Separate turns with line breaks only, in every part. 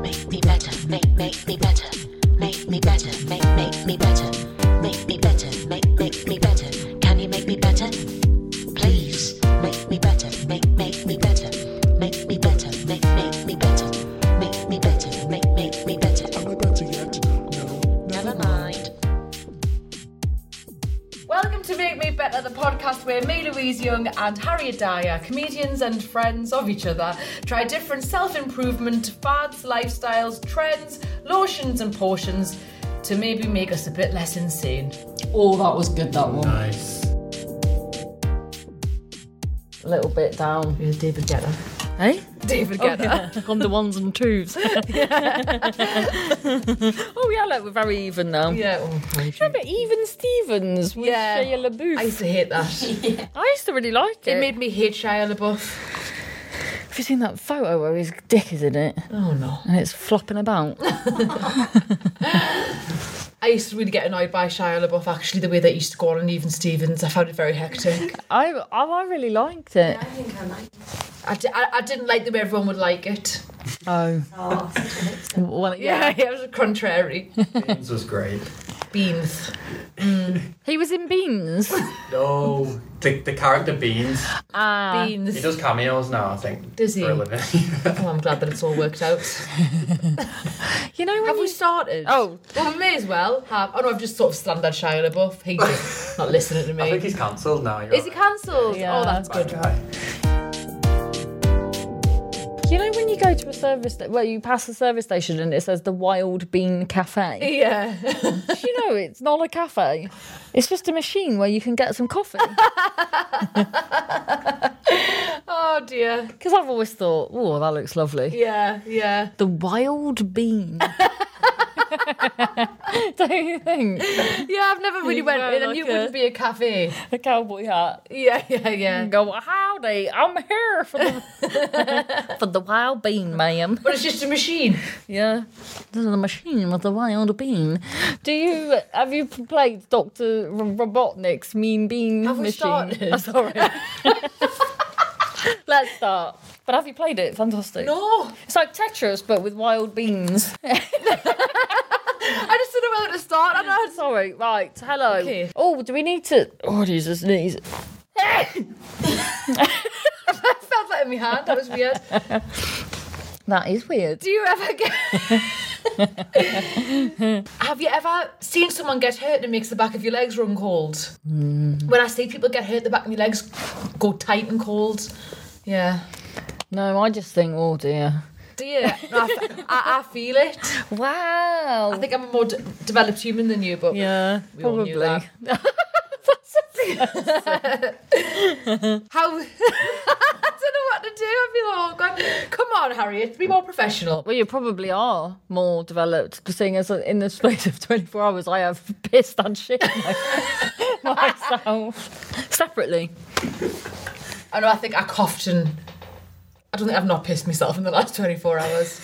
makes me better, make makes me better, makes me better, make makes me better, makes me better, make makes me better. Can you make me better? Please make me better, make makes me better, makes me better, make makes me better, makes me better, make makes me better. Oh,
Am I better yet? No.
Never mind.
Welcome to Make Me Better, the podcast where me, Louise Young, and Harriet Dyer, comedians and friends of each other, try different self improvement fads, lifestyles, trends, lotions, and portions to maybe make us a bit less insane.
Oh, that was good, that one.
Nice.
A little bit down.
With David Guetta. Eh?
Hey?
David Guetta.
On the ones and twos. oh, yeah, look, we're very even now.
yeah. oh, thank you.
Remember Even Stevens with
Yeah.
Shia LaBeouf?
I
I,
used to hate that.
used to really like it.
It made me hate Shia LaBeouf.
Have you seen that photo where his dick is in it
Oh no.
and it's flopping about?
I used to really get annoyed by Shia LaBeouf actually, the way that he used to go on and even Stevens. I found it very hectic.
I, I, I really liked it.
I, di- I, I didn't like the way everyone would like it.
Oh. Well,
Yeah, yeah, it was contrary.
Beans was great.
Beans.
He was in Beans.
No, Oh, the, the character Beans.
Ah.
He
Beans.
does cameos now, I think.
Does he?
For a living.
Oh, I'm glad that it's all worked out.
you know when
Have
you...
we started?
Oh.
Well, we may as well have. Oh, no, I've just sort of slandered Shia LaBeouf. He's just not listening to
I think
me.
he's cancelled now. You're
Is he cancelled?
Yeah.
Oh, that's
Bad
good.
guy.
You know when you go to a service sta- where you pass a service station and it says the Wild Bean Cafe.
Yeah.
Do you know it's not a cafe? It's just a machine where you can get some coffee.
oh, dear.
Because I've always thought, oh, that looks lovely.
Yeah, yeah.
The Wild Bean. Don't you think?
Yeah, I've never really
You
went
wear
in, and
like
you
a-
wouldn't be a cafe.
A cowboy hat.
Yeah, yeah, yeah.
And go, howdy, I'm here for the, for the wild bean, ma'am.
But it's just a machine.
Yeah, this is a machine with a wild bean. Do you have you played Doctor Robotnik's Mean Bean
Have we
Machine?
started?
Oh, sorry. Let's start. But have you played it? Fantastic.
No,
It's like Tetris but with wild beans.
I just don't know where to start. I don't know. how to-
Oh, sorry. Right. Hello.
Okay.
Oh, do we need to? Oh, Jesus, sneeze.
I felt that in my hand. That was weird.
That is weird.
Do you ever get? Have you ever seen someone get hurt and it makes the back of your legs run cold? When I see people get hurt, the back of my legs go tight and cold. Yeah.
No, I just think, oh dear.
Do you? No, I, f- I- I feel it.
Wow.
I think I'm a more d- developed human than you, but
yeah,
we all
probably.
knew that. how? I don't know what to do. I feel awkward. Come on, Harriet, be more professional.
Well, you probably are more developed, seeing as in the space of 24 hours, I have pissed and shit my- myself separately.
I know. I think I coughed and I don't think I've not pissed myself in the last 24 hours.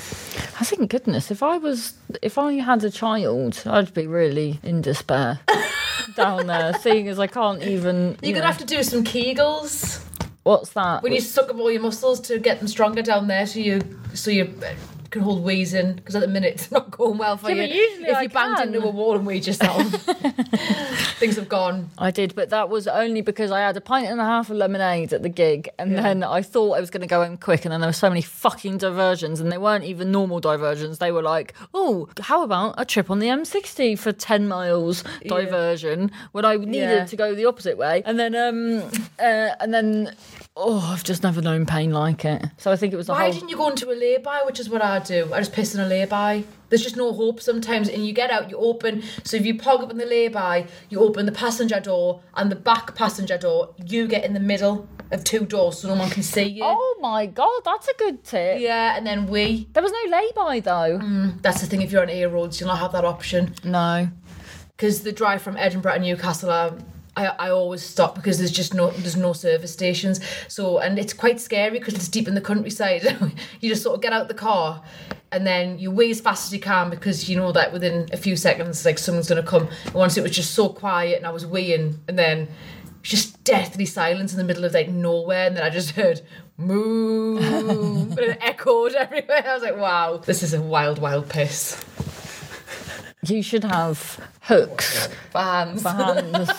I think, goodness, if I was, if I had a child, I'd be really in despair down there, seeing as I can't even.
You're gonna have to do some Kegels
What's that?
when you suck up all your muscles to get them stronger down there, so you so you uh, can hold wheezing. Because at the minute it's not going well for
Yeah,
you.
but usually
if
I
you banged
can.
into a wall and wheezed yourself, things have gone.
I did, but that was only because I had a pint and a half of lemonade at the gig, and then I thought I was going to go home quick, and then there were so many fucking diversions, and they weren't even normal diversions. They were like, oh, how about a trip on the M60 for 10 miles diversion when I needed
Yeah.
to go the opposite way, and then um, uh, and then oh, I've just never known pain like it. So I think it was a
Why
whole.
didn't you go into a lay-by, which is what I do? I just piss in a lay-by. There's just no hope sometimes, and you get out, you open. So if you pog up in the lay-by, you open the passenger door and the back passenger door. You get in the middle of two doors, so no one can see you.
Oh my god, that's a good tip.
Yeah, Mm. and then we.
There was no lay-by though.
That's the thing. If you're on air roads, you'll not have that option
No.
because the drive from Edinburgh to Newcastle. I, I, I always stop because there's just no there's no service stations. So and it's quite scary because it's deep in the countryside. you just sort of get out the car, and then you wee as fast as you can because you know that within a few seconds like someone's gonna come. And once it was just so quiet and I was weeing, and then was just deathly silence in the middle of like nowhere, and then I just heard moo, and it echoed everywhere. I was like, wow, this is a wild, wild piss.
You should have hooks
Fans.
for hands.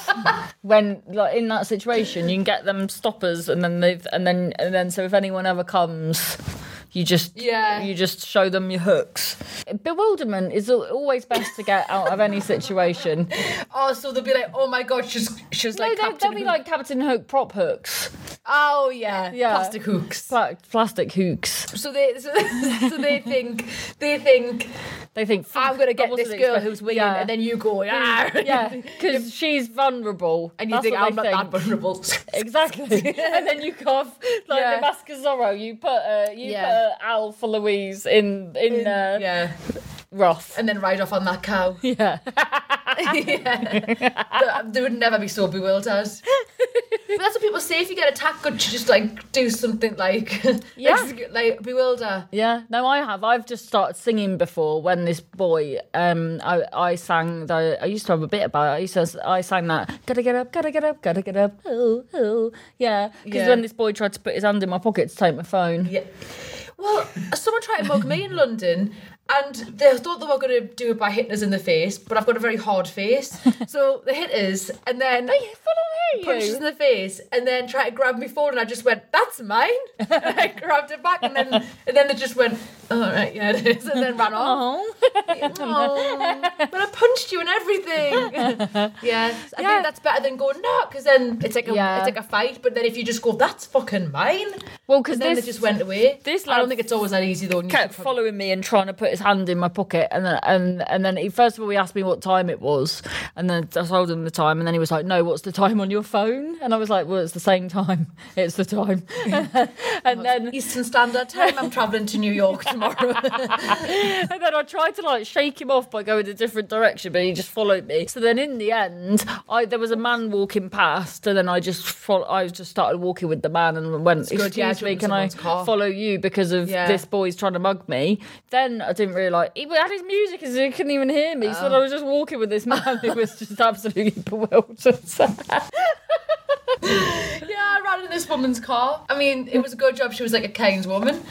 when like in that situation, you can get them stoppers, and then they and then and then so if anyone ever comes. You just
Yeah.
you just show them your hooks. Bewilderment is al- always best to get out of any situation.
Oh, so they'll be like, oh my god, she's she's
no,
like
they,
Captain
they'll be
Hook.
like Captain Hook prop hooks,
oh yeah,
Yeah.
plastic hooks.
pla- plastic hooks.
so they so, so they think they think
They think
I'm gonna get this girl who's
winning,
winning, and then you go yeah
Ah. yeah, because she's vulnerable,
and you
That's
think
what
I'm
they
not that vulnerable.
Exactly, and then you cough like
Yeah.
the Mask of Zorro. You put uh, you
Yeah.
put uh, Al for Louise in in, uh,
yeah,
Roth.
and then ride off on that cow.
Yeah,
Th- they would never be so bewildered. but that's what people say if you get attacked, good to just like do something like
Yeah.
like, like bewilder.
yeah. No, I have. I've just started singing before. When this boy, um, I I sang. The, I used to have a bit about it. I used to. I sang that. Gotta get up. Gotta get up. Gotta get up. Oh, oh, yeah. Because
Yeah.
when this boy tried to put his hand in my pocket to take my phone,
Yeah. Well, someone tried to mug me in London, and they thought they were going to do it by hitting us in the face, but I've got a very hard face, so they hit us, and then
They full on
punched
hate
us
you.
in the face, and then tried to grab me phone, and I just went, "That's mine." and I grabbed it back, and then and then they just went, "All right, yeah," it is," and then ran off.
Oh.
Aw, but I punched you and everything. yeah, I
Yeah.
think that's better than going no, because then it's like a,
Yeah.
it's like a fight. But then if you just go, "That's fucking mine,"
Well, because
then
this
they just went away.
this
I
lad-
don't think it's always that easy though. and you
kept
should
following me and trying to put his hand in my pocket, and then and and then he first of all he asked me what time it was, and then I told him the time, and then he was like, "No, what's the time on your phone?" And I was like, "Well, it's the same time. It's the time." and then
probably- Eastern Standard Time. I'm traveling to New York tomorrow.
and then I tried to like shake him off by going a different direction, but he just followed me. So then in the end, I there was a man walking past, and then I just follow, I just started walking with the man and went,
good, yeah,
"Excuse me,
jumping
can I
someone's car."
follow you because of
Yeah.
this boy's trying to mug me?" Then I didn't realise he had his music, and he couldn't even hear me. So then I
Oh.
was just walking with this man who was just absolutely bewildered.
yeah, I ran in this woman's car. I mean, it was a good job. She was like a kind woman.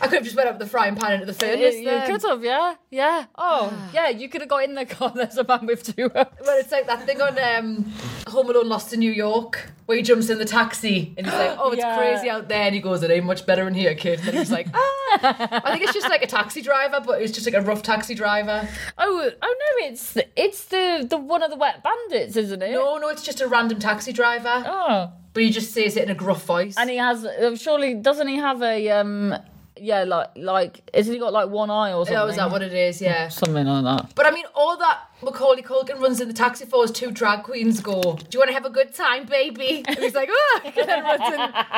I could have just went up the frying pan into the furnace.
you
then.
could have, yeah, yeah. Oh, yeah, you could have got in the car. There's a man with two. hands.
Well, it's like that thing on um, Home Alone Lost in New York where he jumps in the taxi and he's like, oh, it's
Yeah.
crazy out there. And he goes, it ain't much better in here, kid. And he's like, ah. I think it's just like a taxi driver, but it's just like a rough taxi driver.
Oh, oh no! It's it's the the one of the wet bandits, isn't it?
No, no, it's just a random taxi driver,
Oh,
but he just says it in a gruff voice.
and he has uh, surely doesn't he have a um yeah like like isn't he got like one eye or something?
Oh, is that what it is? Yeah.
Something like that.
But I mean, all that Macaulay Culkin runs in the taxi for is two drag queens go, Do you want to have a good time, baby? And he's like, Oh! And then runs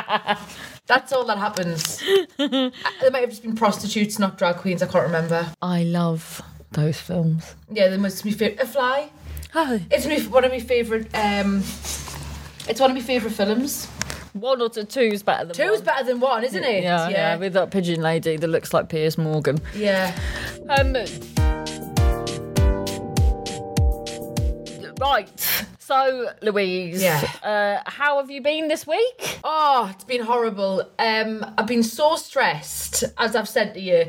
in. That's all that happens. Uh, They might have just been prostitutes, not drag queens. I can't remember.
I love those films.
Yeah, they must be favorite. A Fly.
Oh.
It's me, one of my favourite. Um, it's one of my favourite films.
One or two, two's better than
Two's
one.
better than one, isn't it?
Yeah, yeah,
yeah.
with that pigeon lady that looks like Piers Morgan.
yeah.
Um, right. So, Louise,
Yeah.
uh, how have you been this week?
Oh, it's been horrible. Um, I've been so stressed, as I've said to you.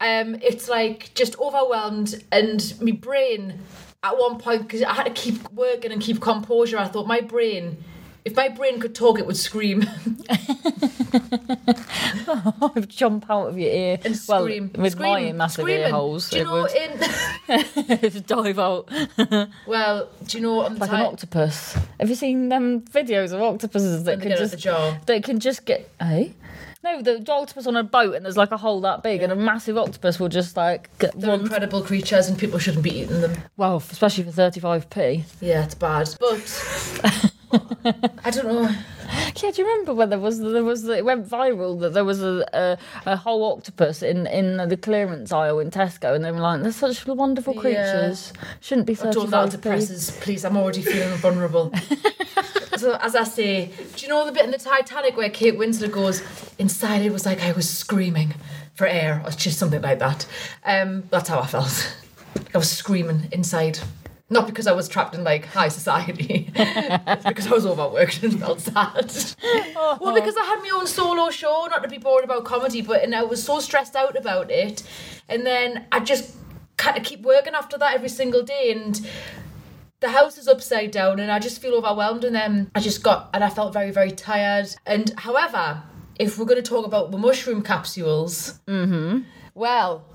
Um, it's like just overwhelmed, and my brain at one point because I had to keep working and keep composure. I thought my brain, if my brain could talk, it would scream.
Jump out of your ear
and
well,
scream.
with
scream,
my massive
screaming.
ear holes.
Do you
it
know?
would.
In,
dive out
well, do you know? I'm
like an
tired-
octopus. Have you seen them videos of octopuses that
they
can
get out of
just
the jar.
that can just get eh? No, the octopus on a boat and there's like a hole that big and a massive octopus will just like get
They're
one.
incredible creatures, and people shouldn't be eating them.
Well, especially for thirty five p.
Yeah, it's bad. But I don't know.
Yeah, do you remember when there was there was it went viral that there was a a, a whole octopus in in the clearance aisle in Tesco and they were like they're such wonderful
Yeah.
creatures shouldn't be
I
thirty
don't know that
five p.
depresses, please. I'm already feeling vulnerable. so, as I say, do you know the bit in the Titanic where Kate Winslet goes, inside it was like I was screaming for air, or just something like that? Um, that's how I felt. Like I was screaming inside. Not because I was trapped in like high society, it's because I was overworked and felt sad.
Uh-huh.
Well, because I had my own solo show, not to be bored about comedy, but and I was so stressed out about it, and then I just kind of keep working after that every single day, and the house is upside down, and I just feel overwhelmed, and then I just got and I felt very very tired. And however, if we're going to talk about the mushroom capsules, mm-hmm. well.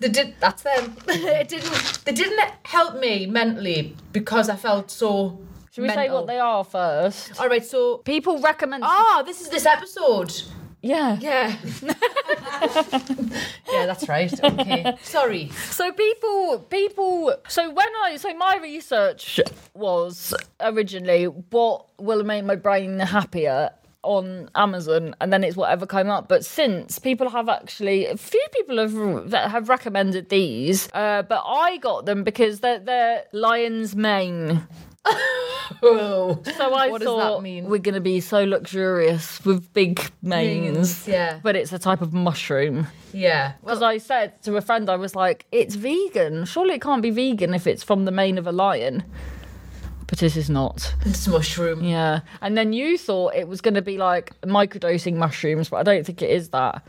They did. That's them. it didn't. They didn't help me mentally because I felt so.
Should we say what they are first?
All right. So
People recommend.
Ah, this is this episode.
yeah.
Yeah. yeah, that's right. Okay. Sorry.
So people, people. So when I, so my research was originally what will make my brain happier on Amazon, and then it's whatever came up. But since people have actually, a few people have that have recommended these, uh, but I got them because they're they're lion's mane.
Oh.
So I
What does that
thought
mean?
we're gonna be so luxurious with big manes.
Manes, yeah.
but it's a type of mushroom.
Yeah.
Because
Well,
I said to a friend, I was like, it's vegan. Surely it can't be vegan if it's from the mane of a lion. But it is not.
it's mushroom.
Yeah. And then you thought it was going to be like microdosing mushrooms, but I don't think it is that. I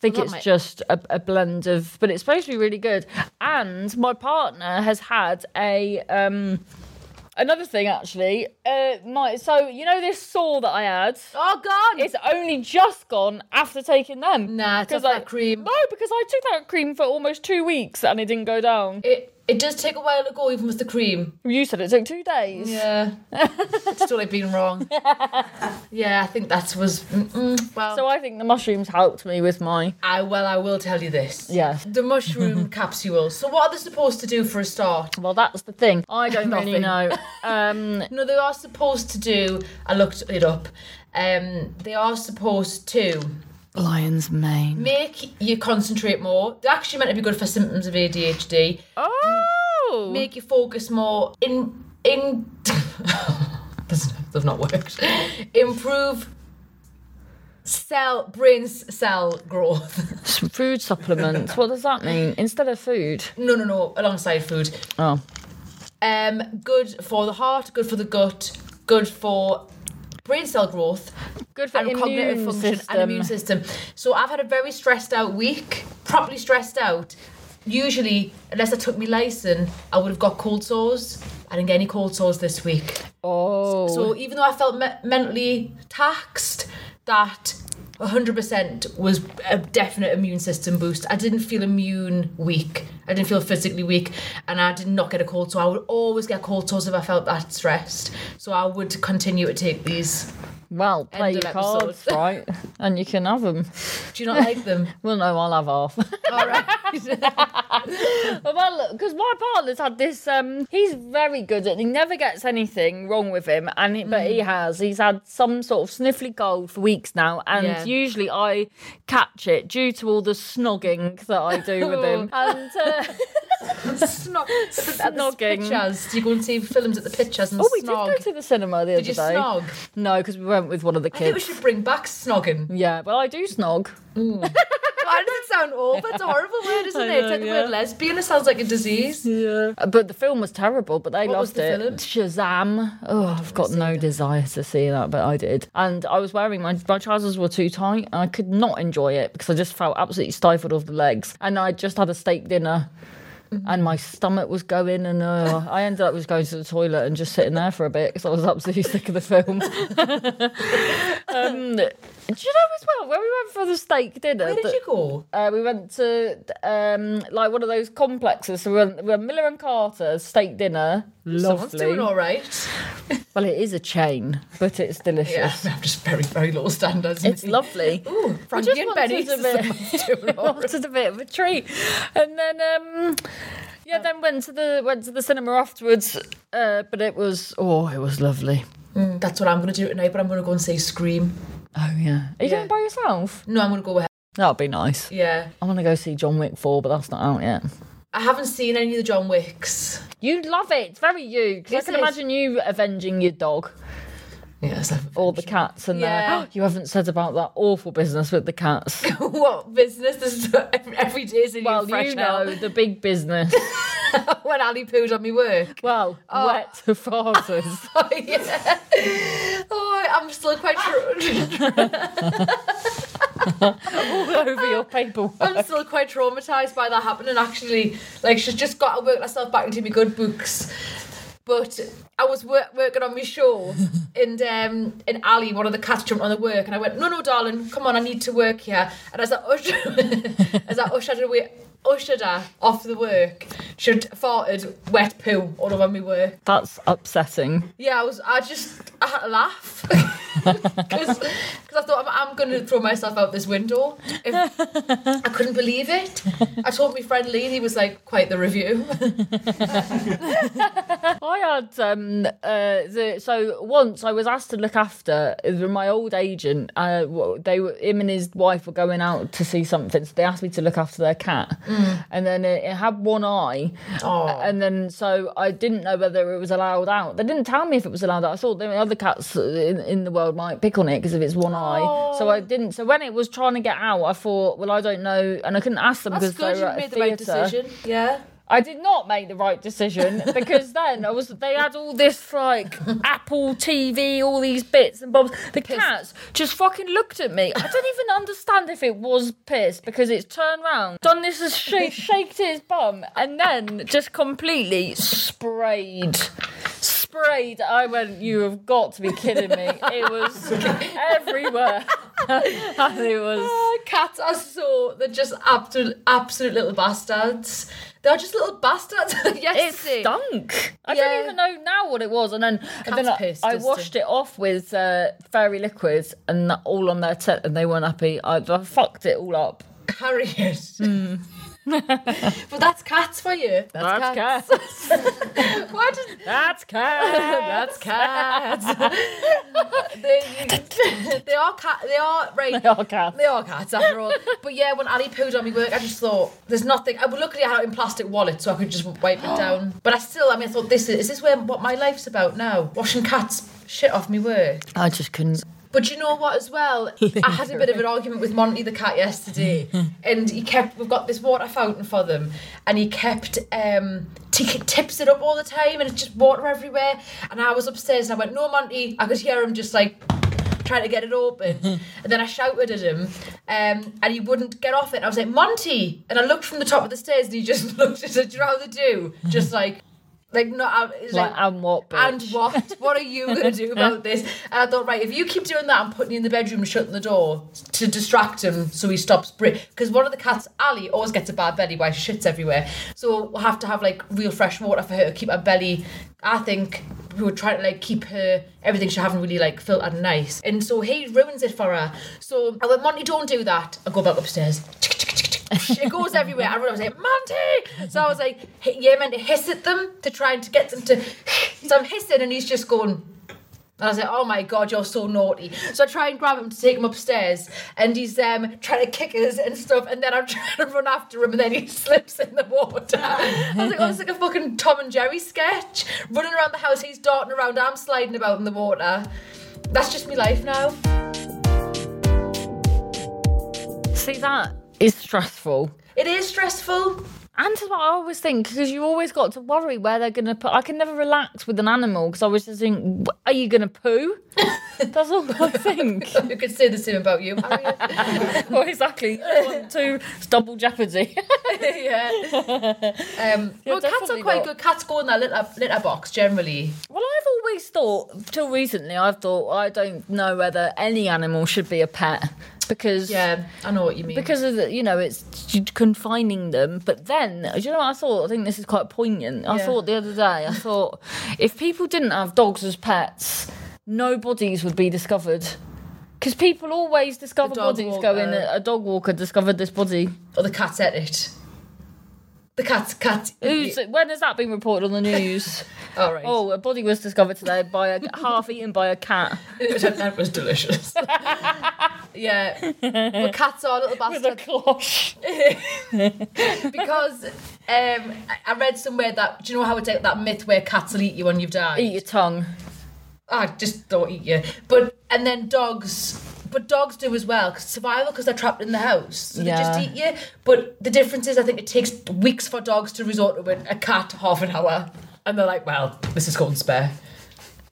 think
Well, that
it's
might-
just a, a blend of, but it's supposed to be really good. And my partner has had a. um Another thing, actually, uh, my so you know this saw that I had,
Oh God.
it's only just gone after taking them.
Nah, it's
Because
off
I-
that cream.
No, because I took that cream for almost two weeks and it didn't go down.
it it does take a while to go, even with the cream.
You said it took two days.
Yeah. it's still like being wrong. yeah, I think that was. Mm-mm. Well,
So I think the mushrooms helped me with my.
I well I will tell you this.
Yes.
The mushroom capsules. So what are they supposed to do for a start?
Well, that's the thing. I don't really
Nothing.
know. Um,
No, they are supposed to do. I looked it up. Um, they are supposed to
Lion's mane.
make you concentrate more. They're actually meant to be good for symptoms of ADHD.
Oh.
Make you focus more. In in. that's, that's not worked. Improve cell brain cell growth.
S- Food supplements. What does that mean? Instead of food.
no, no, no. Alongside food.
Oh.
Um, good for the heart. Good for the gut. Good for brain cell growth.
Good for
and
immune
cognitive function
system.
and immune system. So I've had a very stressed out week, properly stressed out. Usually, unless I took my lysin, I would have got cold sores. I didn't get any cold sores this week.
Oh.
So even though I felt me- mentally taxed, that 100% was a definite immune system boost. I didn't feel immune weak. I didn't feel physically weak, and I did not get a cold sore. I would always get cold sores if I felt that stressed. So I would continue to take these.
well, play
of
your cards,
episode.
right? And you can have them.
Do you not like them?
Well, no, I'll have half.
All right.
Well, because my partner's had this. Um, he's very good at. He never gets anything wrong with him, and he, but
Mm.
he has. He's had some sort of sniffly cold for weeks now, and
Yeah.
usually I catch it due to all the snogging that I do with him. And uh,
snog-
Snogging.
Pictures. Do you go and see films at the pictures and
oh, we
snog?
did go to the cinema the other
Did you
day.
snog?
No, because we went with one of the
I think we
kids.
should bring back snogging.
Yeah, well, I do snog.
Why does it sound awful? It's a horrible word, isn't
I
it? It's
know,
like the
yeah.
word lesbian. It sounds like a disease.
Yeah, Uh, but the film was terrible. But they
What was
loved
the
it.
film?
Shazam! Oh, I've got no desire to see that, but I did. And I was wearing my my trousers were too tight, and I could not enjoy it because I just felt absolutely stifled off the legs. And I just had a steak dinner.
Mm-hmm.
And my stomach was going, and uh, I ended up just going to the toilet and just sitting there for a bit because I was absolutely sick of the film. um, do you know as well when we went for the steak dinner?
Where
the-
did you go?
uh, we went to um, like one of those complexes. So we went, we went Miller and Carter steak dinner.
Someone's doing
Lovely.
all right.
Well, it is a chain, but it's
Yeah,
delicious.
I'm just very, very low standards.
It's lovely.
Ooh, Frankie
just
and
wanted
Benny's
a
is
bit-
someone's doing all right.
Wanted a bit of a treat, and then um, yeah, then went to the went to the cinema afterwards. Uh, but it was oh, it was lovely.
Mm, That's what I'm going to do tonight, but I'm going to go and say Scream.
Oh yeah, are you
Yeah.
going by yourself?
No, I'm going to go with
That would be nice.
Yeah.
I want to go see John Wick Four, but that's not out yet.
I haven't seen any of the John Wicks.
You love it, it's very you. 'cause I
Is
can
it?
imagine you avenging your dog.
Yes. I've-
all the cats and
Yeah.
their. You haven't said about that awful business with the cats.
what business? This is every day is a new
well,
fresh
you
hell.
know the big business.
when Ali pooed on me work.
Well,
Oh.
wet farters.
Oh, yeah. oh I'm still quite tra-
all over your paperwork.
I'm still quite traumatized by that happening. Actually, like she's just got to work herself back into my good books. But I was wor- working on my show, and um, and Ali, one of the cats, jumped on the work, and I went, "No, no, darling, come on, I need to work here." And as I ushered, as I ushered away. Ushered her off the work. She farted wet poo all over my work.
That's upsetting.
Yeah, I was. I just I had to laugh because I thought I'm, I'm going to throw myself out this window. If, I couldn't believe it. I told my friend Lee, and he was like, "Quite the review."
I had um uh the, so once I was asked to look after it was my old agent. Uh, w- they were him and his wife were going out to see something, so they asked me to look after their cat,
Mm.
and then it, it had one eye,
Oh.
and then so I didn't know whether it was allowed out. They didn't tell me if it was allowed out. I thought the other cats in, in the world might pick on it because of its one eye.
Oh.
So I didn't. So when it was trying to get out, I thought, well, I don't know, and I couldn't ask them
That's
because
good.
they
You
were at
made
a
the right
theatre.
decision. Yeah.
I did not make the right decision because then I was they had all this like Apple TV, all these bits and bobs. The cats just fucking looked at me. I don't even understand if it was piss because it's turned round, done this as shake, shaked its bum, and then just completely sprayed. Sprayed. I went, you have got to be kidding me. It was everywhere. and it was
Uh, cats are so they're just absolute absolute little bastards. They're just little bastards.
it
yes, they-
stunk. I
Yeah.
don't even know now what it was. And then, and then
Cat's
I,
piss,
I
doesn't
washed it off with uh, fairy liquids and that- all on their tip, and they weren't happy. I, I fucked it all up.
Harriet. but that's cats for you. Hmm. That's,
cats.
Why did
That's cats.
That's cats. they, they are cat. They are right.
They are cats.
They are cats after all. But yeah, when Ali pooed on me work, I just thought there's nothing. I, well, luckily, I had it in plastic wallet, so I could just wipe it down. But I still, I mean, I thought this is, is this where what my life's about now? Washing cats shit off me work.
I just couldn't.
But you know what, as well, I had a bit of an argument with Monty the cat yesterday, and he kept. We've got this water fountain for them, and he kept um, t- tips it up all the time, and it's just water everywhere. And I was upstairs, and I went, "No, Monty!" I could hear him just like trying to get it open, and then I shouted at him, um, and he wouldn't get off it. And I was like, "Monty!" And I looked from the top of the stairs, and he just looked at it. Do you know how they do? Just like, like not. it's
Like, and what? Bitch?
and what? What are you going to do about this? And I thought, right, if you keep doing that, I'm putting you in the bedroom and shutting the door to distract him so he stops. Because one of the cats, Ali, always gets a bad belly while she shits everywhere. So we'll have to have like real fresh water for her to keep her belly. I think we were trying to like keep her everything she having really like filtered and nice. And so he ruins it for her. So I went, Monty, don't do that. I go back upstairs. it goes everywhere. I was like, Monty! So I was like, hi- yeah, meant to hiss at them to try and to get them to. So I'm hissing, and he's just going. And I was like, oh my god, you're so naughty. So I try and grab him to take him upstairs, and he's um, trying to kick us and stuff, and then I'm trying to run after him, and then he slips in the water. I was like, oh, it's like a fucking Tom and Jerry sketch. Running around the house, he's darting around, I'm sliding about in the water. That's just my life now.
See that is stressful.
It is stressful.
And that's what I always think because you always got to worry where they're gonna put. I can never relax with an animal because I always just think, "Wh- are you gonna poo? That's all I think.
You could say the same about you, Harriet.
well, exactly. One, two, it's double jeopardy.
yeah. Um, well, cats are
definitely
quite
not.
good. Cats go in that litter, litter box generally.
Well, I've always thought, till recently, I've thought I don't know whether any animal should be a pet because
Yeah, I know what you mean.
because of the, you know it's confining them. But then, do you know what I thought? I think this is quite poignant. I
Yeah.
thought the other day, I thought if people didn't have dogs as pets, no bodies would be discovered. Because people always discover
dog
bodies going.
walker.
A dog walker discovered this body.
or the cat's at it. The cat's cat.
Who's, when has that been reported on the news?
All right.
Oh, a body was discovered today by a half eaten by a cat.
that was delicious. yeah, but cats are little bastards
cloche.
because um, I- I read somewhere that do you know how it's like that myth where cats will eat you when you've died?
Eat your tongue.
I just don't eat you. But and then dogs. but but dogs do as well because survival because they're trapped in the house. So they
Yeah.
just eat you. But the difference is, I think it takes weeks for dogs to resort to it. A cat, half an hour, and they're like, "Well, this is called spare."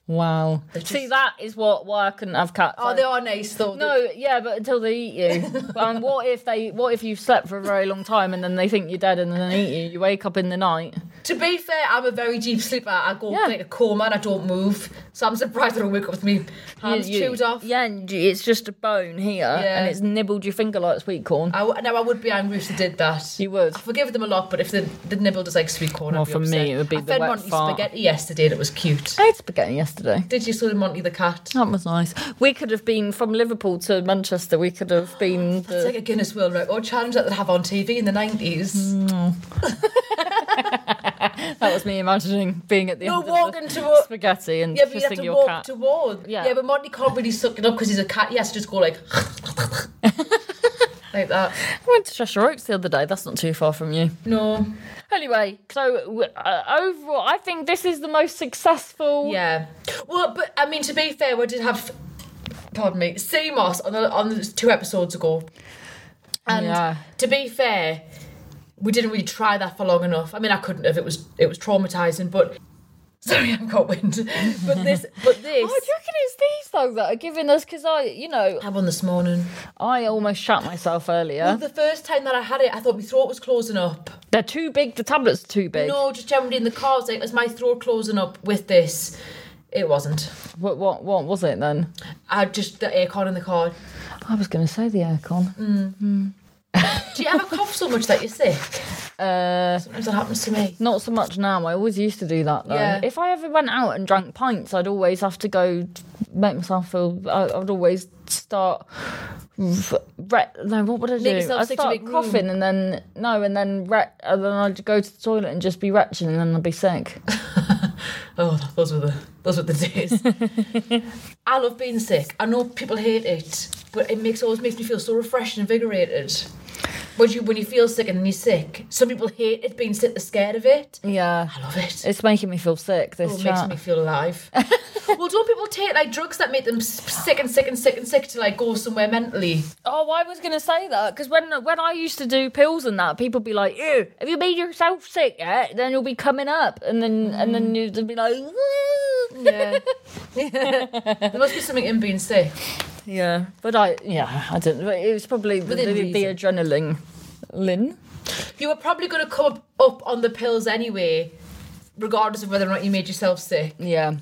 Wow. See,
just-
that is what why I couldn't have cats.
Oh, they are nice though. They-
No, yeah, but until they eat you. And what if they? What if you've slept for a very long time and then they think you're dead and then they eat you? You wake up in the night.
To be fair, I'm a very deep sleeper. I go
Yeah.
like a coma and I don't move, so I'm surprised I don't wake up with me hands
You- you-
chewed off.
Yeah, and you- it's just a bone here, and
Yeah.
it's nibbled your finger like sweet corn.
I w- now I would be angry if they did that.
You would.
I forgive them a lot, but if the the nibble does like sweet corn, I'd
Well,
be
for me,
upset.
it would be
I
the
fed
wet
Monty
fart.
spaghetti yesterday, and it was cute.
I had spaghetti yesterday.
Did you saw Monty the cat?
That was nice. We could have been from Liverpool to Manchester. We could have been.
It's
The,
like a Guinness World Record challenge that they'd have on TV in the
Hmm.
nineties.
that was me imagining being at the
You're
end
walking
of the
toward-
spaghetti and
Yeah, but you have
kissing
to
your
walk
cat.
toward.
Yeah.
but Monty can't really suck it up because he's a cat. He has to just go like like that.
I went to Cheshire Oaks the other day. That's not too far from you.
No.
Anyway, so w- uh, overall, I think this is the most successful.
Yeah. Well, but I mean, to be fair, we did have, pardon me, Seamoss on the on the two episodes ago, and
Yeah.
to be fair, we didn't really try that for long enough. I mean, I couldn't have. It was it was traumatizing, but. Sorry, I've got wind. But this, but this.
Oh, do you reckon it's these though that are giving us? Because I, you know,
I had one this morning.
I almost shat myself earlier.
The first time that I had it, I thought my throat was closing up.
They're too big. The tablets are too big.
No, just generally in the car, I was like, is my throat closing up with this? It wasn't.
What, what what was it then?
I just the aircon in the car.
I was going to say the aircon.
Mm. Do you ever cough so much that you're sick?
Uh,
Sometimes that happens to me.
not so much now. I always used to do that though.
Yeah.
If I ever went out and drank pints, I'd always have to go t- make myself feel. I, I'd always start. f- Re- no, what would I do?
yourself
I'd
sick to
start
make room.
coughing and then no, and then re- and then I'd go to the toilet and just be retching and then I'd be sick.
Oh, those were the those were the days. I love being sick. I know people hate it, but it makes always makes me feel so refreshed and invigorated. When you when you feel sick and then you're sick, some people hate it being sick. They're scared of it.
Yeah,
I love it.
it's making me feel sick. This
Oh, it makes
chat.
me feel alive. well, don't people take like drugs that make them s- sick and sick and sick and sick to like go somewhere mentally?
Oh, I was gonna say that because when when I used to do pills and that, people be like, "Ew, have you made yourself sick yet?" Then you'll be coming up, and then and then you'd be like, "Woo."
Yeah. there must be something in being sick.
"Yeah." But I, yeah, I didn't. But it was probably the,
Within
the, the
reason.
adrenaline. Lynn,
You were probably going to come up- up on the pills anyway, regardless of whether or not you made yourself sick.
yeah,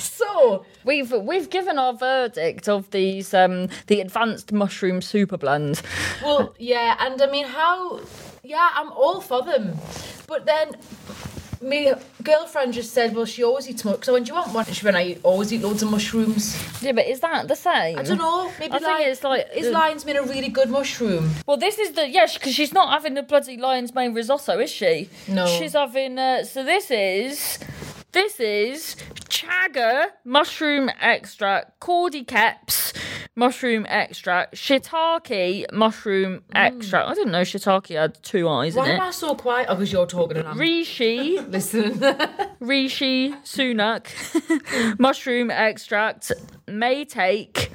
So
we've we've given our verdict of these um the advanced mushroom super blend.
Well, yeah, and I mean, how? Yeah, I'm all for them, but then my girlfriend just said, well, she always eats mushrooms. So when do you want one? And She went, I always eat loads of mushrooms.
Yeah, but is that the same?
I don't know. Maybe
I think
lion-
it's like
is
the-
lion's made a really good mushroom.
Well, this is the yeah, because she's not having the bloody lion's mane risotto, is she?
No.
She's having. Uh, so this is this is chaga mushroom extract, cordyceps mushroom extract, shiitake mushroom extract. I didn't know shiitake had two eyes
Mm. Why
in
am
it.
I so quiet? Oh, because you're talking and I'm
Rishi,
listening.
Rishi Sunak, mushroom extract, may take,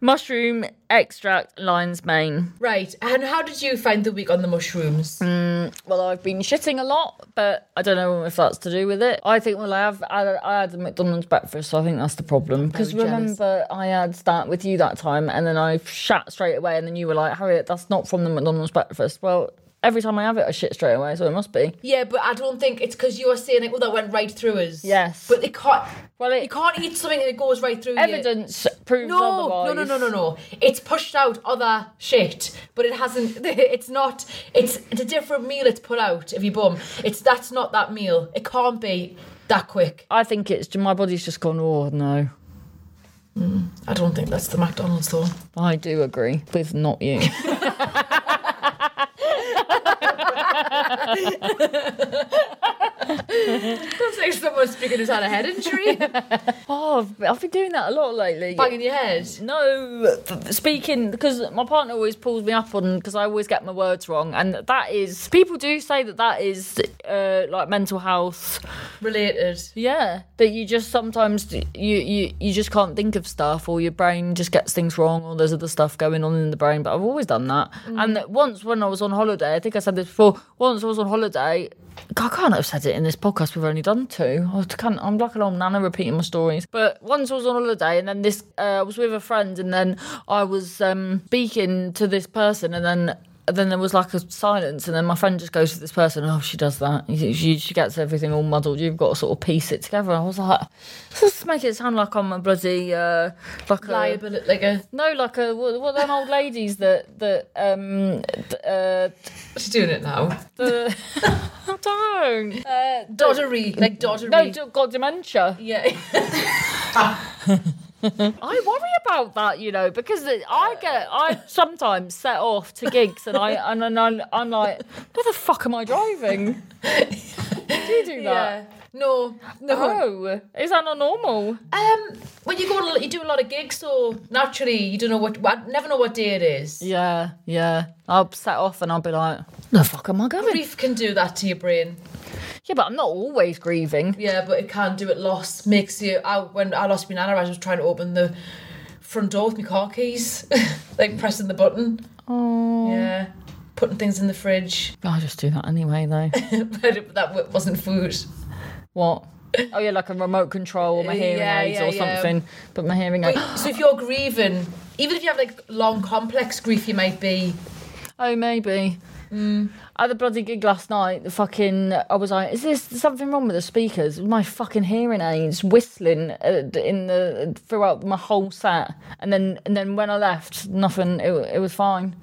mushroom extract, lion's mane.
right, and how did you find the week on the mushrooms?
Mm. Well, I've been shitting a lot, but I don't know if that's to do with it. I think, well, I have I, I had a McDonald's breakfast, so I think that's the problem. Because
Very jealous.
remember, I had that with you that time, and then I shat straight away, and then you were like, Harriet, that's not from the McDonald's breakfast. Well, every time I have it, I shit straight away, so it must be.
Yeah, but I don't think it's because you were saying it. Well, that went right through us.
Yes.
but they can't.
Well, it-
you can't eat something that goes right through. you.
Evidence proves
No, no,
otherwise.
no, no, no, no. It's pushed out other shit, but it hasn't. It's not. It's it's a different meal. It's put out if you bum. It's that's not that meal. It can't be that quick.
I think it's my body's just gone, oh, no.
I don't think that's the McDonald's though.
I do agree with not you.
That's like someone speaking who's had a head injury.
oh, Oh, I've, I've been doing that a lot lately.
Banging your head.
No, f- speaking because my partner always pulls me up on because I always get my words wrong, and that is people do say that that is uh, like mental health.
Related.
Yeah, that you just sometimes d- you you you just can't think of stuff, or your brain just gets things wrong, or there's other stuff going on in the brain. But I've always done that. And that once when I was on holiday, I think I said this before. Once I was on holiday, I can't have said it in this podcast. We've only done two. I can't, I'm like an old nana repeating my stories. But once I was on holiday, and then this uh, I was with a friend, and then I was um, speaking to this person, and then and then there was like a silence, and then my friend just goes to this person. Oh, she does that. She, she gets everything all muddled. You've got to sort of piece it together. I was like, this make it sound like I'm a bloody uh, like a,
Liability. Like uh, a.
no, like a what, what them old ladies that that um d- uh,
She's doing it now.
the, don't uh,
Doddery. Like doddery.
no d- got dementia.
yeah.
I worry about that, you know, because it- I get I sometimes set off to gigs and I and, and I'm, I'm like, where the fuck am I driving? do you do that?
yeah. No. No.
Oh, is that not normal?
Um, when you go, on a lot- you do a lot of gigs, so naturally you don't know what, what never know what day it is.
Yeah, yeah. I'll set off and I'll be like, the fuck am I going?
Grief can do that to your brain.
Yeah, but I'm not always grieving.
Yeah, but it can do it. Loss makes you. I when I lost my nana, I was trying to open the front door with my car keys, like pressing the button. Oh. Yeah. Putting things in the fridge,
I'll just do that anyway, though.
but it, that w- wasn't food.
what? Oh yeah, like a remote control or my hearing
Yeah,
aids
yeah,
or
yeah.
something. But my hearing
But,
aid.
so if you're grieving, even if you have like long, complex grief, you might be.
Oh, maybe. At the bloody gig last night, the fucking I was like, is this something wrong with the speakers? My fucking hearing aids whistling uh, in the throughout my whole set, and then and then when I left, nothing. It, it was fine.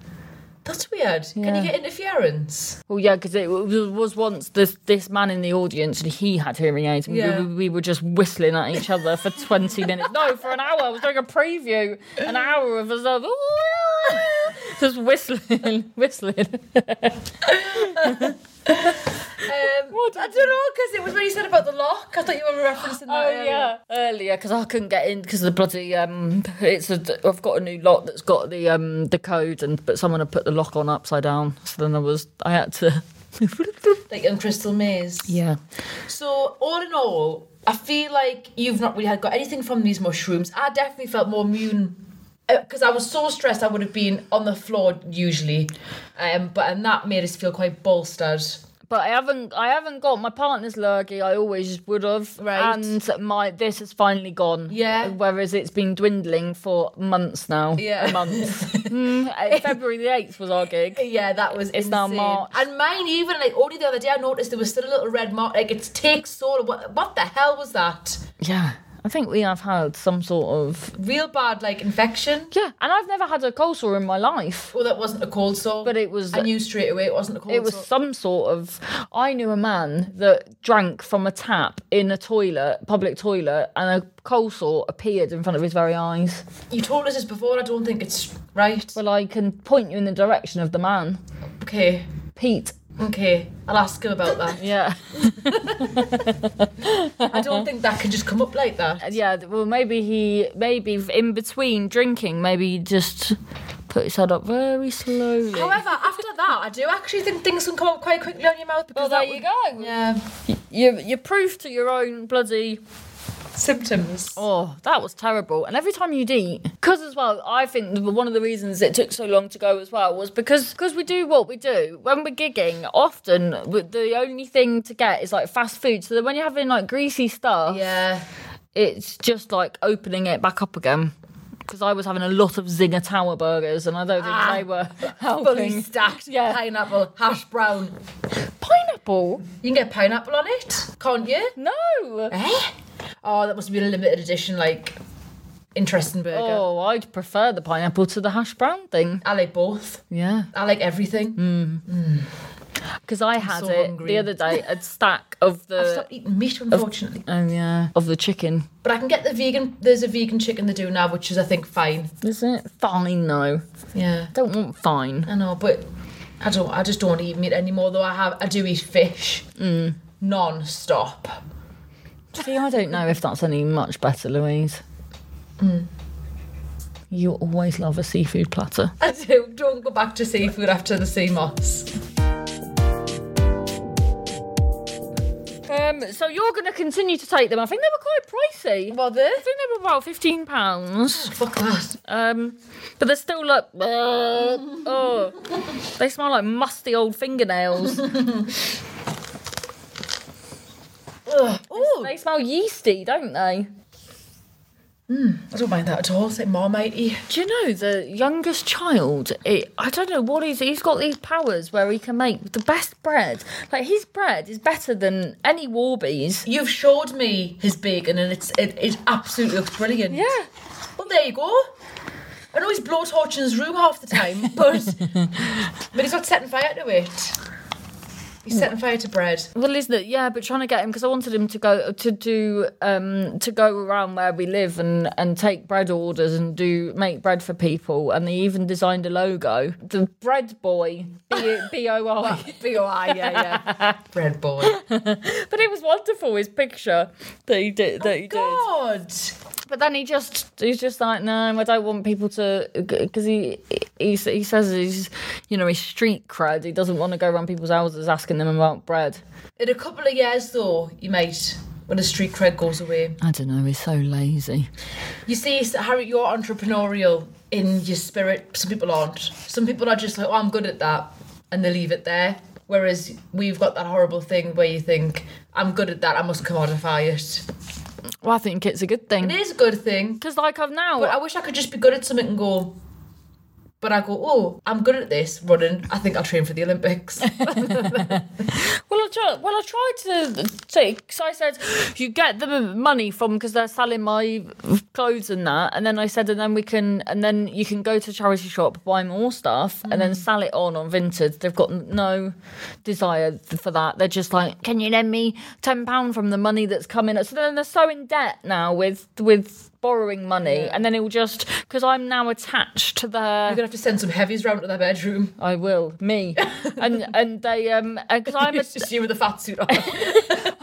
That's weird. Can
Yeah.
you get interference?
Well, yeah, because it w- was once this this man in the audience and he had hearing aids, and
Yeah.
we, we were just whistling at each other for twenty minutes. No, for an hour. I was doing a preview, an hour of us uh, just whistling, whistling.
Um,
What
I
did
don't know because it was when you said about the lock. I thought you were referencing that.
Oh
earlier.
yeah, earlier because I couldn't get in because the bloody um, it's a I've got a new lock that's got the um the code and but someone had put the lock on upside down, so then I was I had to
like in um, Crystal Maze.
yeah.
So all in all, I feel like you've not really had got anything from these mushrooms. I definitely felt more immune because I was so stressed. I would have been on the floor usually, um, but and that made us feel quite bolstered.
But I haven't I haven't got my partner's lurgy. I always would have
Right.
and my this has finally gone.
Yeah.
Whereas it's been dwindling for months now.
Yeah.
A month. Mm, uh, February the eighth was our gig.
Yeah, that was
It's
insane.
now March.
and mine even like only the other day I noticed there was still a little red mark. Like it takes so what, what the hell was that?
Yeah. I think we have had some sort of
Real bad like infection.
yeah, and I've never had a cold sore in my life.
Well, that wasn't a cold sore,
But it was-
I knew straight away it wasn't a cold
It was
sore.
some sort of. I knew a man that drank from a tap in a toilet, public toilet, and a cold sore appeared in front of his very eyes.
You told us this before. I don't think it's right.
Well, I can point you in the direction of the man,
Okay.
Pete.
Okay, I'll ask him about that.
Yeah,
I don't think that can just come up like that.
Uh, yeah. Well, maybe he, maybe in between drinking, maybe he just put his head up very slowly.
However, after that, I do actually think things can come up quite quickly on your mouth because
well, there
that
you
would-
go.
Yeah,
You're, you're proof to your own bloody
symptoms.
Oh, that was terrible. And every time you'd eat, because as well, I think the- one of the reasons it took so long to go as well was because because we do what we do when we're gigging. Often w- the only thing to get is like fast food. So that when you're having like greasy stuff,
Yeah,
it's just like opening it back up again. Because I was having a lot of Zinger Tower burgers, and I don't think
Ah.
they were
fully
helping.
stacked
Yeah.
pineapple hash brown.
Pineapple?
You can get pineapple on it, can't you?
No.
Eh? Oh, that must have been a limited edition, like interesting burger.
Oh, I'd prefer the pineapple to the hash brown thing.
I like both.
Yeah.
I like everything.
Mm. Because I had
so
it
hungry.
the other day, a stack of
I've
the
stopped eating meat, unfortunately.
Oh yeah, of the chicken.
But I can get the vegan. There's a vegan chicken they do now, which is I think fine.
Is it fine? No,
Yeah.
don't want fine.
I know, but I don't. I just Mm. don't eat meat anymore. Though I have, I do eat fish non-stop.
See, I don't know if that's any much better, Louise. Hmm. You always love a seafood platter.
I do. Don't go back to seafood after the sea moss.
Um, so you're going to continue to take them. I think they were quite pricey.
Well, there.
I think they were about fifteen pounds.
Oh, Fuck that.
Um, but they're still like, uh, oh, they smell like musty old fingernails.
Ooh.
They smell yeasty, don't they?
I don't mind that at all. It's like marmitey.
Do you know the youngest child? It, I don't know what he's. He's got these powers where he can make the best bread. Like his bread is better than any Warby's.
You've showed me his bacon and it's it, it absolutely looks brilliant. Well, there you go. I know he's blowtorching his room half the time, but but he's not setting fire to it. He's setting fire to bread.
Well, isn't it? Yeah, but trying to get him because I wanted him to go to do um to go around where we live and and take bread orders and do make bread for people. And they even designed a logo. The bread boy, B B O I.
B O I, yeah, yeah. bread boy.
But it was wonderful his picture that he did that he did.
Oh, God.
But then he just he's just like, no, I don't want people to because he, he he says he's you know he's street cred. He doesn't want to go around people's houses asking them about bread.
In a couple of years, though, you might. When the street cred goes away,
I don't know. He's so lazy.
you see, so Harry, you're entrepreneurial in your spirit. Some people aren't. Some people are just like, "Oh, I'm good at that," and they leave it there. Whereas we've got that horrible thing where you think, "I'm good at that. I must commodify it."
Well, I think it's a good
It
thing
is a good thing,
because like I've now.
But I wish I could just be good at something and go. But I go, oh, I'm good at this running. I think I'll train for the Olympics.
Well, I tried, well, I tried to take because I said you get the money from because they're selling my clothes and that, and then I said, and then we can, and then you can go to charity shop buy more stuff and then sell it on on Vinted. They've got no desire for that. They're just like, can you lend me ten pound from the money that's coming? So then they're so in debt now with with borrowing money, and then it will just because I'm now attached to their.
You're gonna have to send some heavies round to their bedroom.
I will me, and and they um because I'm a
It's just you with a fat suit on.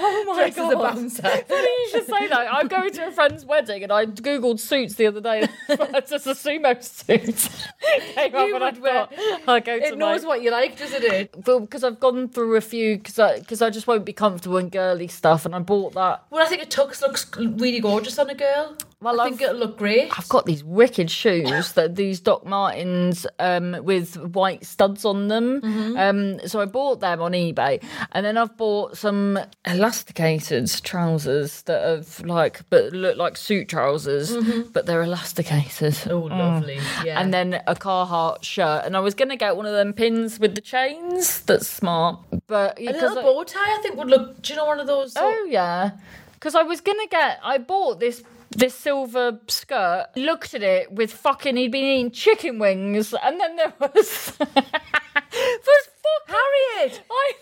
oh my
Dressed as a bouncer.
Funny you should say that. I'm going to a friend's wedding and I googled suits the other day. It's just a sumo suit. Came up
You
and I
would wear-
thought, I go to
It knows what you like, doesn't it?
because I've gone through a few because I because I just won't be comfortable in girly stuff and I bought that.
Well, I think a tux looks really gorgeous on a girl.
Well,
I think
I've-
it'll look great.
I've got these wicked shoes that these Doc Martens um, with white studs on them.
Mm-hmm.
Um, so I bought them on eBay, and then I've bought some elasticated trousers that have like but look like suit trousers, but they're elasticated.
Mm-hmm. Oh, lovely. Yeah.
Mm. And then a Carhartt shirt, and I was gonna get one of them pins with the chains. That's smart, but
a
because
little bow tie, I think, would look. Do you know one of those?
Oh yeah, because I was gonna get. I bought this this silver skirt. Looked at it with fucking. He'd been eating chicken wings, and then there was. there was fucking
Harriet!
I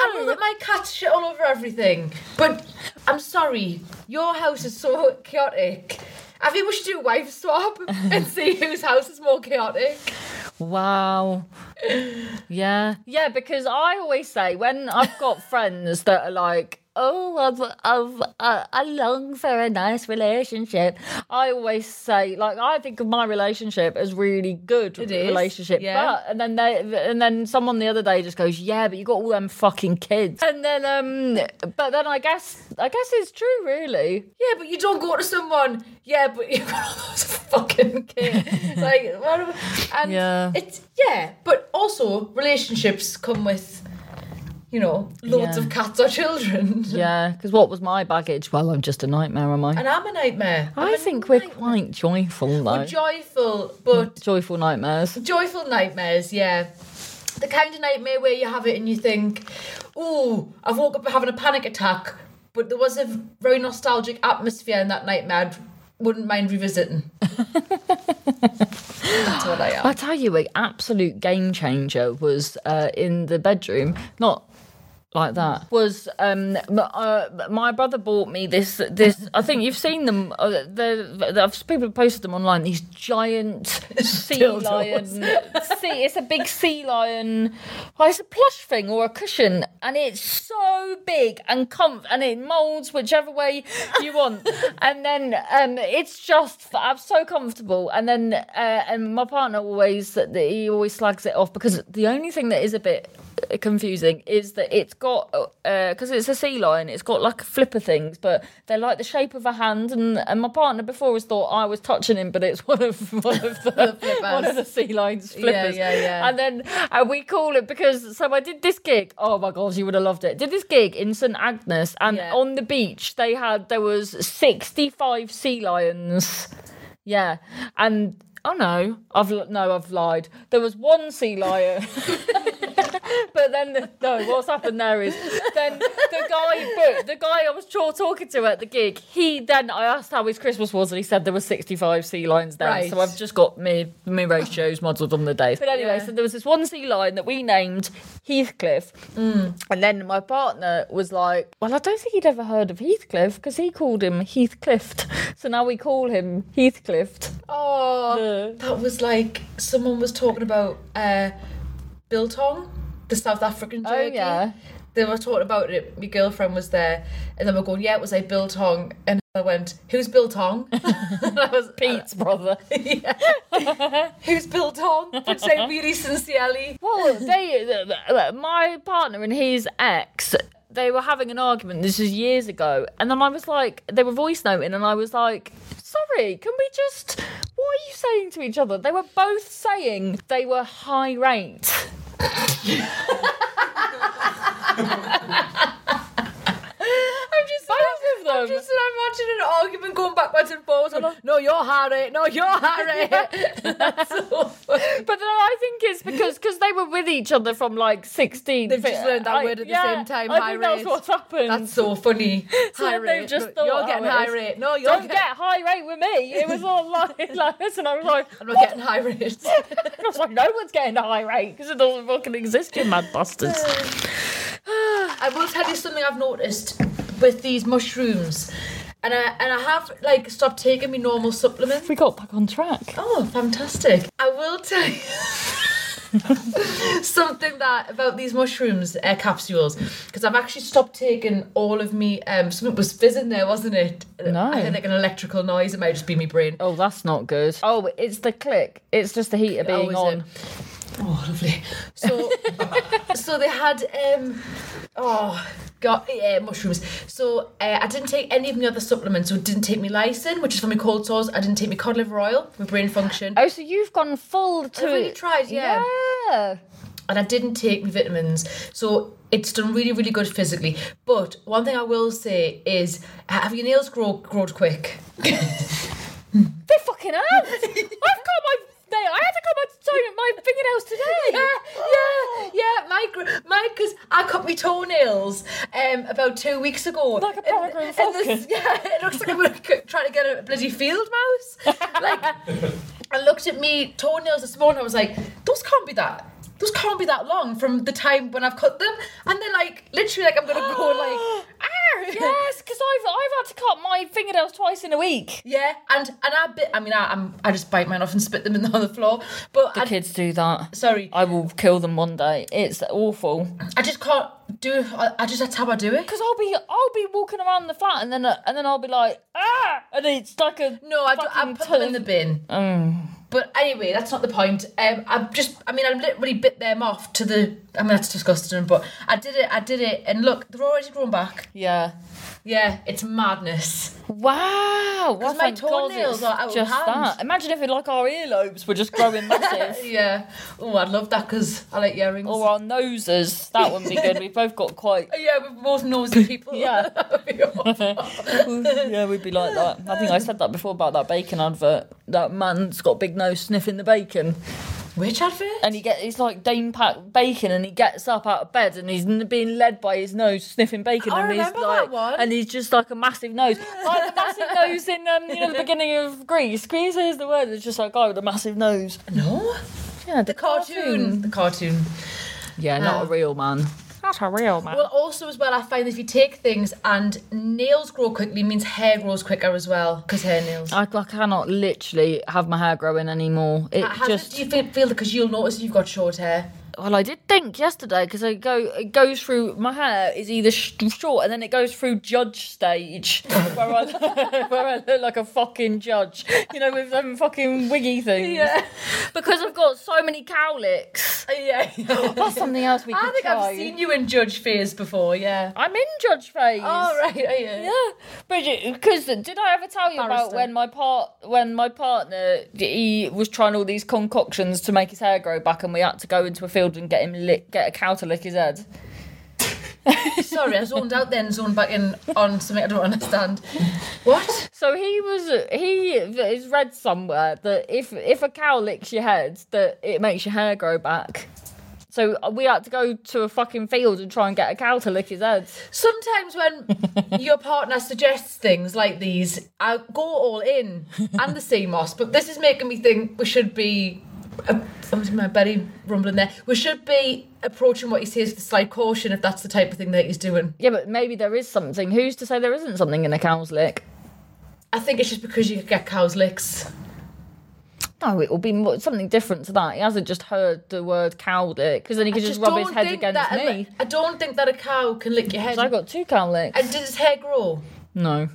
I know
know.
that my cats shit all over everything, but I'm sorry, your house is so chaotic. I think we should do a wife swap and see whose house is more chaotic.
Wow. Yeah. Yeah, because I always say when I've got friends that are like, oh, I've, I've, uh, I long for a nice relationship, I always say, like, I think of my relationship as really good
is,
relationship.
yeah.
But, and then they, and then someone the other day just goes, yeah, but you got all them fucking kids. And then, um, but then I guess, I guess it's true, really.
Yeah, but you don't go to someone. Yeah, but you've got all those fucking kids. like, what am- and
Yeah.
it's yeah, but also relationships come with, you know, loads
Yeah.
of cats or children.
Yeah, because what was my baggage? Well, I'm just a nightmare, am I?
And I'm a nightmare. I'm
I
a
think we're
nightmare.
quite joyful, though.
joyful, but
joyful nightmares.
Joyful nightmares, yeah. The kind of nightmare where you have it and you think, ooh, I've woke up having a panic attack, but there was a very nostalgic atmosphere in that nightmare. I'd- Wouldn't mind revisiting. That's what I am.
I tell you, an absolute game changer was uh, in the bedroom. Not like that was um m- uh, my brother bought me this this I think you've seen them uh, they're, they're, people have posted them online these giant sea
Dildos.
lion sea it's a big sea lion oh, it's a plush thing or a cushion and it's so big and comf and it molds whichever way you want and then um it's just I'm so comfortable and then uh, and my partner always he always slags it off because the only thing that is a bit confusing is that it's got because it's a sea lion it's got like flipper things but they're like the shape of a hand and, and my partner before has thought i was touching him but it's one of one of the, one of the sea lions flippers
yeah, yeah.
and then and we call it because so i did this gig oh my gosh you would have loved it did this gig in st agnes and
Yeah.
on the beach they had there was 65 sea lions yeah and Oh no, I've li- no, I've lied. There was one sea lion. But then, the, no, what's happened there is then the guy, booked, the guy I was tra- talking to at the gig, he then I asked how his Christmas was, and he said there were sixty-five sea lions down.
Right.
So I've just got me me ratios modelled on the days. But anyway,
Yeah.
so there was this one sea lion that we named Heathcliff, and then my partner was like, "Well, I don't think he'd ever heard of Heathcliff because he called him Heathclift, so now we call him Heathclift."
Oh, that was like someone was talking about uh, biltong, the South African
Oh,
jerky.
yeah.
They were talking about it. My girlfriend was there, and then we're going, "Yeah, it was a biltong," and I went, "Who's biltong?" and I was,
Pete's brother.
"Who's biltong?" But say really sincerely.
Well, they, th- th- my partner and his ex, they were having an argument. This is years ago, and then I was like, they were voice noting, and I was like, sorry, can we just? What are you saying to each other? They were both saying they were high rate.
I'm just,
Both of them.
I'm just imagining an argument going backwards and forwards. Going, no, you're Harry. No, you're Harry. That's so funny.
But then I think it's because cause they were with each other from like 16.
They've just learned that
I-
word at the
yeah,
same time,
I
high
think that's
rate.
what's happened.
That's so funny.
So
high
they've
rate.
just
No,
thought,
you're getting
oh,
high
it's-
rate. No, you're
Don't
getting.
get high rate with me. It was all like, like this, and I was like,
I'm not getting high rate.
And I was like, no one's getting a high rate because it doesn't fucking exist, you mad bastards.
I will tell you something I've noticed with these mushrooms, and I and I have like stopped taking my normal supplements.
We got back on track.
Oh, fantastic! I will tell you something that about these mushrooms uh, capsules because I've actually stopped taking all of me. Um, something was fizzing there, wasn't it?
No.
I heard like an electrical noise. It might just be my brain.
Oh, that's not good. Oh, it's the click. It's just the heater
Oh,
being
is
on.
it? Oh, lovely. So, so they had um, oh god, yeah, mushrooms. So uh, I didn't take any of my other supplements. So I didn't take my lysine, which is for my cold sores. I didn't take my cod liver oil for my brain function,
Oh, so you've gone full to.
really tried, yeah.
Yeah.
and I didn't take my vitamins. So it's done really, really good physically. But one thing I will say is, have your nails grow grown quick?
They fucking have. I've got my. They, I had to cut my, sorry, my fingernails today.
yeah, yeah, yeah. My, gr- my, because I cut my toenails um about two weeks ago.
Like a peregrine
And- and this- yeah, it looks like I'm c- trying to get a bloody field mouse. Like, I looked at me toenails this morning. I was like, those can't be that. Those can't be that long from the time when I've cut them. And then, like, literally, like I'm gonna go like, ah,
Yes, because I've, I've had to cut my fingernails twice in a week.
Yeah, and and I bit. I mean, I I'm, I just bite mine off and spit them in on the floor. But I,
Kids do that.
sorry,
I will kill them one day. It's awful.
I just can't do. I, I just that's how I do it.
Because I'll be I'll be walking around the flat and then uh, and then I'll be like ah and it's like a
No, I, do, I
fucking
put them in
ton
the
of-
bin.
Mm.
But anyway, that's not the point. Um, I just, I mean, I literally bit them off to the. I mean, that's disgusting, but I did it. I did it, and look, they're already grown back.
yeah
Yeah, it's madness.
wow well,
my
thank God
toenails
it's
are out of
just
hand.
that imagine if it, like our earlobes were just growing massive
Yeah. Oh, I'd love that because Oh, I like earrings.
or our noses that wouldn't be good we've both got quite
Yeah, we're both nosy people.
Yeah.
That would be awful.
yeah we'd be like that I think I said that before about that bacon advert that man's got a big nose sniffing the bacon
Which advert?
and he get he's like Dame Pack Bacon, and he gets up out of bed and he's n- being led by his nose sniffing bacon,
I
and
remember
he's
that
like,
one.
and he's just like a massive nose, like the massive nose in um, you know the beginning of Greece. Greece is the word. It's just like guy with a massive nose.
no.
Yeah, the
The cartoon. The cartoon.
Yeah, not a real man. That's a real man.
Well, also as well, I find that if you take things and nails grow quickly means hair grows quicker as well because hair nails.
I, I cannot literally have my hair growing anymore. It
Has it-
just
do you feel, feel because you'll notice you've got short hair?
well, I did think yesterday because I go it goes through my hair is either sh- short and then it goes through judge stage where I where I look like a fucking judge, you know, with them fucking wiggy things. Because I've got so many cowlicks.
yeah.
That's something else we could
I think
try.
I've seen you in judge phase before. Yeah.
I'm in judge phase.
Oh right. oh, yeah.
Yeah, Bridget. Because did I ever tell you about
Barrister.
when my part when my partner he was trying all these concoctions to make his hair grow back, and we had to go into a field and get him lick, get a cow to lick his head.
Sorry, I zoned out then, zoned back in on something I don't understand. What?
So he was he is read somewhere that if if a cow licks your head, that it makes your hair grow back. So we had to go to a fucking field and try and get a cow to lick his head.
Sometimes when your partner suggests things like these, I go all in and the CMOS, but this is making me think we should be. Uh, something my belly rumbling there. We should be approaching what he says with a slight caution if that's the type of thing that he's doing.
Yeah, but maybe there is something. Who's to say there isn't something in a cow's lick?
I think it's just because you get cow's licks.
No, it will be more, something different to that. He hasn't just heard the word cow dick because then he could
I
just, rub his
don't
head
think
against
that a-
me.
I don't think that a cow can lick your head.
'Cause I got two cow licks.
and did his hair grow?
No,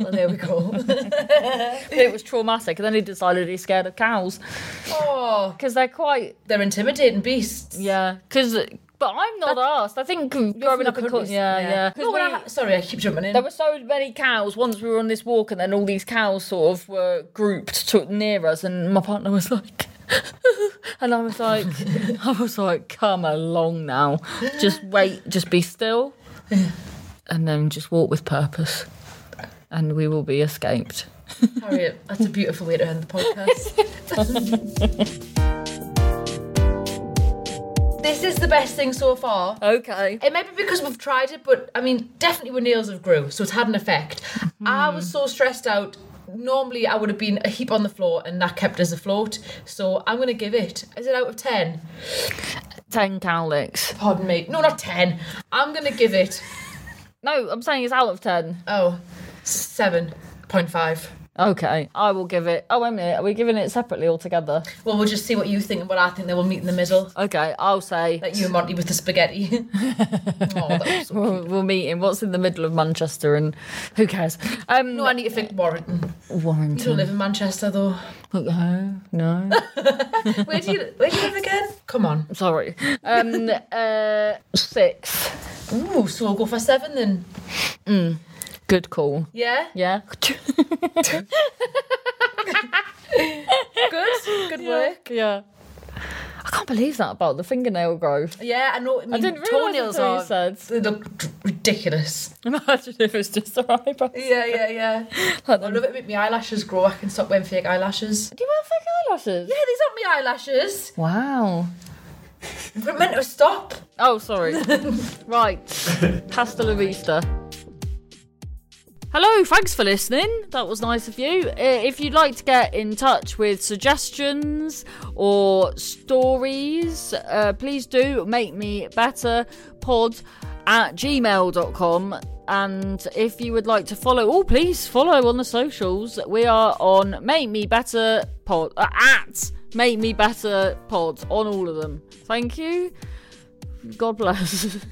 Well, there we go.
it was traumatic. And then he decided he's scared of cows
oh,
because they're quite
they're intimidating beasts.
yeah. Because but I'm not asked. I think growing up in
countries.
Cornwall, yeah, yeah. 'Cause
No, when
we-
I, sorry, I keep jumping in.
there were so many cows. Once we were on this walk, and then all these cows sort of were grouped to near us, and my partner was like. and I was like, I was like, come along now, just wait, just be still, and then just walk with purpose, and we will be escaped.
Harriet, that's a beautiful way to end the podcast. this is the best thing so far.
Okay.
It might be because we've tried it, but I mean, definitely when nails have grew, so it's had an effect. I was so stressed out. Normally, I would have been a heap on the floor, and that kept us afloat. So I'm going to give it. Is it out of ten?
Ten cowlicks.
Pardon me. No, not ten. I'm going to give it.
No, I'm saying it's out of ten.
Oh, seven point five.
Okay, I will give it. Oh, wait a minute. Are we giving it separately or together?
Well, we'll just see what you think and what I think. Then we'll meet in the middle.
Okay, I'll say
Like you and Monty with the spaghetti. oh, that was so
We'll, we'll meet in what's in the middle of Manchester and who cares? Um,
No, I need to think Warrington. You don't
Warrington.
Mm, live in Manchester though.
No, no.
Where do you where do you live again? Come on.
Sorry. Um, uh, six. Mm.
Ooh, so I'll go for seven then.
Good call.
Yeah?
Yeah.
Good. Good work.
yeah. I can't believe that about the fingernail growth.
Yeah, I know I mean
didn't realise
toenails
until you
are
said.
they look d- ridiculous.
Imagine if it's just our eyebrows.
Yeah, yeah, yeah.
Like
I
them.
love it make my eyelashes grow. I can stop wearing fake eyelashes.
Do you wear fake eyelashes?
Yeah, these aren't my eyelashes.
Wow.
We're meant to stop.
Oh, sorry. right. Hasta la vista. Hello, thanks for listening. That was nice of you. Uh, If you'd like to get in touch with suggestions or stories, uh, please do make me better pod at gmail.com. And if you would like to follow, oh, please follow on the socials. We are on Make Me Better Pod, uh, at Make Me Better Pod on all of them. Thank you. God bless.